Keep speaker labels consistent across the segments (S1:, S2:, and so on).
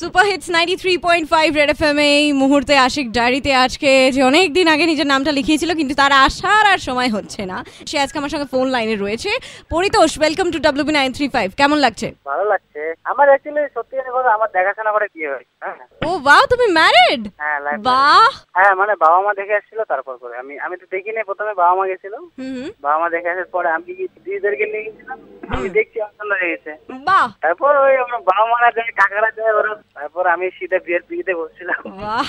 S1: Super hits ninety three point five red F M এই মুহূর্তে আশিক ডায়েরিতে আজকে যে অনেক দিন আগে নিজের নামটা লিখিয়েছিল কিন্তু তার আসার আর সময় হচ্ছে না সে আজকে আমার সঙ্গে ফোন লাইনে রয়েছে Paritosh welcome to W B nine three five কেমন লাগছে
S2: ভালো লাগছে আমার অ্যাকচুয়ালি সত্যি কথা বলতে আমার দেখাশোনা করে বিয়ে হয়েছে হ্যাঁ
S1: ও বাহ তুমি ম্যারিড
S2: হ্যাঁ life
S1: বাহ
S2: হ্যাঁ মানে বাবা মা দেখে আসছিল তারপর করে আমি আমি তো দেখিনি প্রথমে বাবা মা গেছিল
S1: হুম হুম।
S2: বাবা মা দেখে আসার পরে আমি কি দিদিদেরকে নিয়ে গেছিলাম আমি দেখছি পছন্দ হয়ে গেছে
S1: বাহ
S2: তারপর ওই আমার বাবা মারা যায় কাকারা যায় ওরা তারপর আমি সিধা বিয়ের পিড়িতে বসছিলাম
S1: বাহ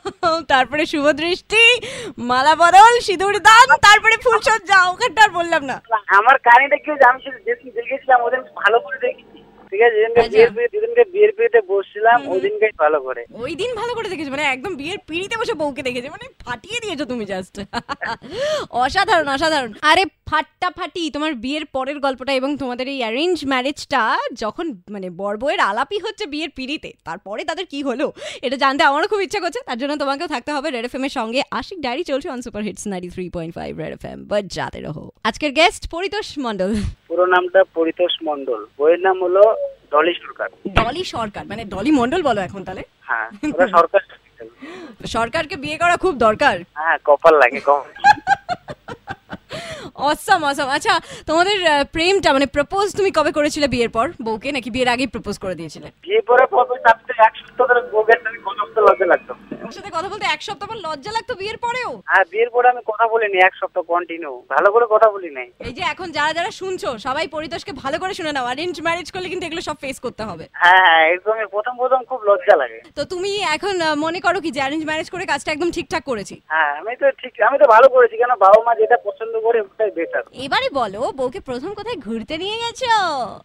S1: তারপরে শুভ দৃষ্টি মালা বদল সিঁদুর দান তারপরে ফুলসজ্জা ওখানটা আর বললাম না
S2: আমার কাহিনীটা কি হয়েছে আমি শুধু যেদিন দেখেছিলাম ওদিন ভালো করে দেখেছি ঠিক আছে যেদিনকে
S1: আচ্ছা।
S2: বিয়ের পিড়িতে যেদিনকে বিয়ের পিড়িতে বসছিলাম ওদিনকে ভালো করে
S1: ওই দিন ভালো করে দেখেছি মানে একদম বিয়ের পিড়িতে বসে বউকে দেখেছি মানে ফাটিয়ে দিয়েছো তুমি জাস্ট অসাধারণ অসাধারণ আরে ফাট্টা ফাটি তোমার বিয়ের পরের গল্পটা এবং তোমাদের এই অ্যারেঞ্জ ম্যারেজটা যখন মানে বর বউয়ের আলাপই হচ্ছে বিয়ের পিড়িতে তারপরে তাদের কি হলো এটা জানতে আমারও খুব ইচ্ছা করছে তার জন্য তোমাকেও থাকতে হবে রেড এফ এম এর সঙ্গে আশিক ডায়েরি চলছে on super hits ninety three point five red F M বাট যাতে রহো আজকের গেস্ট পরিতোষ মণ্ডল
S2: পুরো নামটা পরিতোষ মণ্ডল বইয়ের নাম হলো ডলি সরকার
S1: ডলি সরকার মানে ডলি মণ্ডল বলো এখন তাহলে
S2: হ্যাঁ ওরা সরকার
S1: সরকারকে বিয়ে করা খুব দরকার
S2: হ্যাঁ কপাল লাগে কপাল
S1: অসম অসম আচ্ছা তোমাদের আহ, প্রেমটা মানে প্রপোজ তুমি কবে করেছিলে বিয়ের পর বউকে নাকি বিয়ের আগেই প্রপোজ করে দিয়েছিলে
S2: বিয়ে পরে পরে তারপরে এক সপ্তাহ ধরে বউকে আমি কথা বলতে লজ্জা লাগতো
S1: ওর সাথে কথা বলতে এক সপ্তাহ পর লজ্জা লাগতো বিয়ের পরেও
S2: হ্যাঁ বিয়ের পরে আমি কথা বলিনি এক সপ্তাহ কন্টিনিউ ভালো করে কথা বলি নাই
S1: এই যে এখন যারা যারা শুনছো সবাই পরিতোষকে ভালো করে শুনে নাও অ্যারেঞ্জ ম্যারেজ করলে কিন্তু এগুলো সব ফেস করতে হবে
S2: হ্যাঁ হ্যাঁ এরকমই প্রথম প্রথম খুব লজ্জা লাগে
S1: তো তুমি এখন আহ, মনে করো কি যে অ্যারেঞ্জ ম্যারেজ করে কাজটা একদম ঠিকঠাক করেছি
S2: হ্যাঁ আমি তো ঠিক আমি তো ভালো করেছি কেন বাবা মা যেটা পছন্দ করে ওটাই বেটার
S1: এবারে বলো বউকে প্রথম কোথায় ঘুরতে নিয়ে গেছো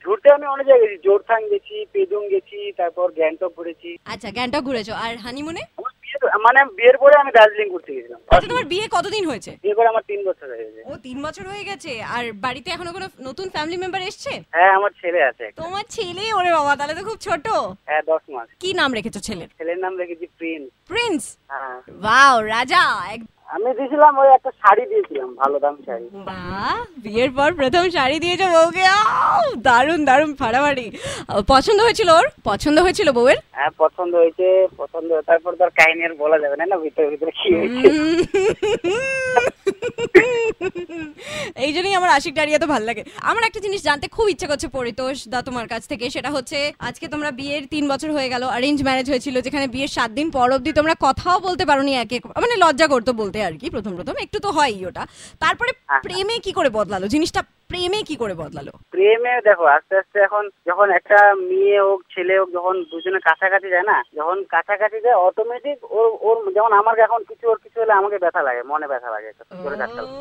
S2: ঘুরতে আমি অনেক জায়গায় গেছি জোরথাং গেছি পেদুং গেছি তারপর গ্যাংটক ঘুরেছি
S1: আচ্ছা গ্যাংটক ঘুরেছো আর হানিমুনে
S2: আমার বিয়ে মানে আমি বিয়ের পরে আমি দার্জিলিং ঘুরতে গেছিলাম
S1: আচ্ছা তোমার বিয়ে কতদিন হয়েছে
S2: বিয়ের পরে আমার তিন বছর হয়ে গেছে
S1: ও তিন বছর হয়ে গেছে আর বাড়িতে এখনো কোনো নতুন ফ্যামিলি মেম্বার এসছে
S2: হ্যাঁ আমার ছেলে আছে একটা।
S1: তোমার ছেলে ওরে বাবা তাহলে তো খুব ছোট
S2: হ্যাঁ দশ মাস
S1: কি নাম রেখেছো ছেলের
S2: ছেলের নাম রেখেছি প্রিন্স
S1: প্রিন্স
S2: হ্যাঁ
S1: ওয়াও রাজা এক-
S2: আমি দিয়েছিলাম ওই একটা শাড়ি দিয়েছিলাম ভালো দাম শাড়ি
S1: বাহ বিয়ের পর প্রথম শাড়ি দিয়েছো বউকে আউ, দারুণ দারুণ ফাড়াফাড়ি আহ, পছন্দ হয়েছিল ওর পছন্দ হয়েছিল বউয়ের
S2: হ্যাঁ পছন্দ হয়েছে পছন্দ হয়ে- তারপর তো আর কাহিনী আর বলা যাবে না না ভিতরে ভিতরে কি হয়েছে
S1: উম। এই জন্যই আমার আশিক ডারিয়া তো ভালো লাগে আমার একটা জিনিস জানতে খুব ইচ্ছে করছে পরিতোষ দা তোমার কাছ থেকে সেটা হচ্ছে আজকে তোমরা বিয়ের তিন বছর হয়ে গেল অ্যারেঞ্জ ম্যারেজ হয়েছিল যেখানে বিয়ের সাত দিন পর অবধি তোমরা কথাও বলতে পারোনি একে মানে লজ্জা করতো বলতে আর কি প্রথম প্রথম একটু তো হয়ই ওটা তারপরে প্রেমে কি করে বদলালো জিনিসটা প্রেমে কি করে বদলালো
S2: প্রেমে দেখো আস্তে আস্তে এখন যখন একটা মেয়ে হোক ছেলে হোক যখন দুজনে কাছাকাছি যায় না যখন কাছাকাছি যায় অটোমেটিক ওর ওর যেমন আমার এখন কিছু ওর কিছু হলে আমাকে ব্যথা লাগে মনে ব্যথা লাগে একটা করে থাকতে হবে।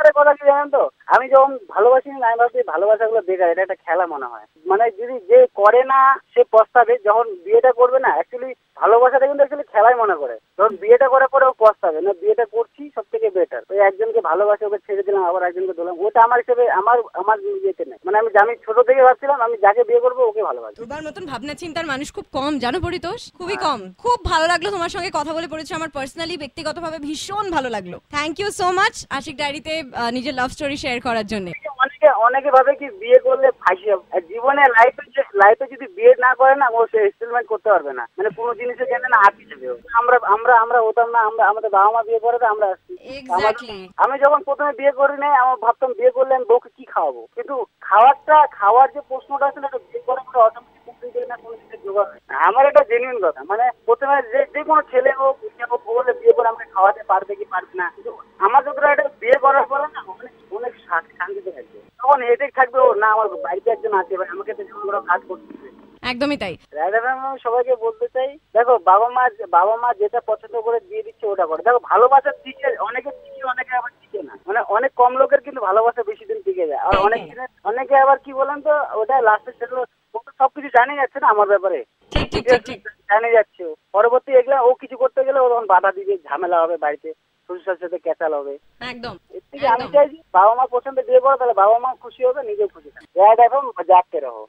S2: আরে কথা কি জানেন তো আমি যখন ভালোবাসি না আমি ভাবছি ভালোবাসাগুলো বেকার এটা একটা খেলা মনে হয় মানে যদি যে করে না সে পস্তাবে যখন বিয়েটা করবে না অ্যাকচুয়ালি ভালোবাসাটা কিন্তু অ্যাকচুয়ালি খেলাই মনে করে যখন বিয়েটা করার পরে ও পস্তাবে না বিয়েটা করছি সব থেকে বেটার ওই একজনকে ভালোবাসে ওকে ছেড়ে দিলাম আবার একজনকে দিলাম ওটা আমার হিসেবে আমার আমার ইয়েতে নেই মানে আমি আমি ছোট থেকে ভাবছিলাম আমি যাকে বিয়ে করবো ওকে ভালোবাসি
S1: তোমার মতন ভাবনা চিন্তার মানুষ খুব কম জানো পরিতোষ খুবই কম খুব ভালো লাগলো তোমার সঙ্গে কথা বলে পড়েছে আমার পার্সোনালি ব্যক্তিগতভাবে ভীষণ ভালো লাগলো thank you so much Ashiq ডায়েরিতে আহ, নিজের লাভ স্টোরি শেয়ার করার জন্য
S2: অনেকে অনেকে ভাবে কি বিয়ে করলে ফাঁসি হবে। আর জীবনে লাইফে লাইফে যদি বিয়ে না করে না ও সে সেটেলমেন্ট করতে পারবে না মানে কোনো জিনিসে জানে না আটকে যাবে ও। আমরা আমরা আমরা হতাম না আমরা আমাদের বাবা মা বিয়ে করে তো আমরা আসছি
S1: এক্স্যাক্টলি
S2: আমি যখন প্রথমে বিয়ে করি নাই আমার ভাবতাম বিয়ে করলে আমি বউকে কি খাওয়াবো কিন্তু খাওয়ারটা খাওয়ার যে প্রশ্নটা আছে না এটা বিয়ে করার পরে অটোমেটিক কোনো দিকে না কোনো দিকে জোগাড় হয় না। আমার এটা জেনুইন কথা মানে প্রথমে যে যে কোনো ছেলে হোক মেয়ে হোক বলে বিয়ে করে আমাকে খাওয়াতে পারবে কি পারবে না কিন্তু আমার যতটা এটা বিয়ে করার পরে না অনেক অনেক শাক- শান্তিতে থাকবে তখন হেডেক থাকবে ও না আমার বাড়িতে একজন আছে এবার আমাকে তো যেমন ওরা কাজ করতে হবে।
S1: একদমই তাই
S2: রাধারাম আমি সবাইকে বলতে চাই দেখো বাবা মা বাবা মা যেটা পছন্দ করে দিয়ে দিচ্ছে ওটা করে দেখো ভালোবাসা টিকে অনেকে টিকে অনেকে আবার টিকে না মানে অনেক কম লোকের কিন্তু ভালোবাসা বেশি দিন টিকে যায় আর অনেক দিনের অনেকে আবার কি বলেন তো ওটা লাস্টে সেটা ও তো সবকিছু জানে যাচ্ছে না আমার ব্যাপারে
S1: ঠিক ঠিক ঠিক ঠিক
S2: জানে যাচ্ছে ও। পরবর্তী এগুলো ও কিছু করতে গেলে ও তখন বাধা দিবে ঝামেলা হবে বাড়িতে শ্বশুর শাশুড়িতে ক্যাচাল হবে
S1: একদম
S2: এর থেকে আমি চাই যে বাবা মা পছন্দ বিয়ে করো তাহলে বাবা মা খুশি হবে নিজেও খুশি থাকবে এখন যাতে রহো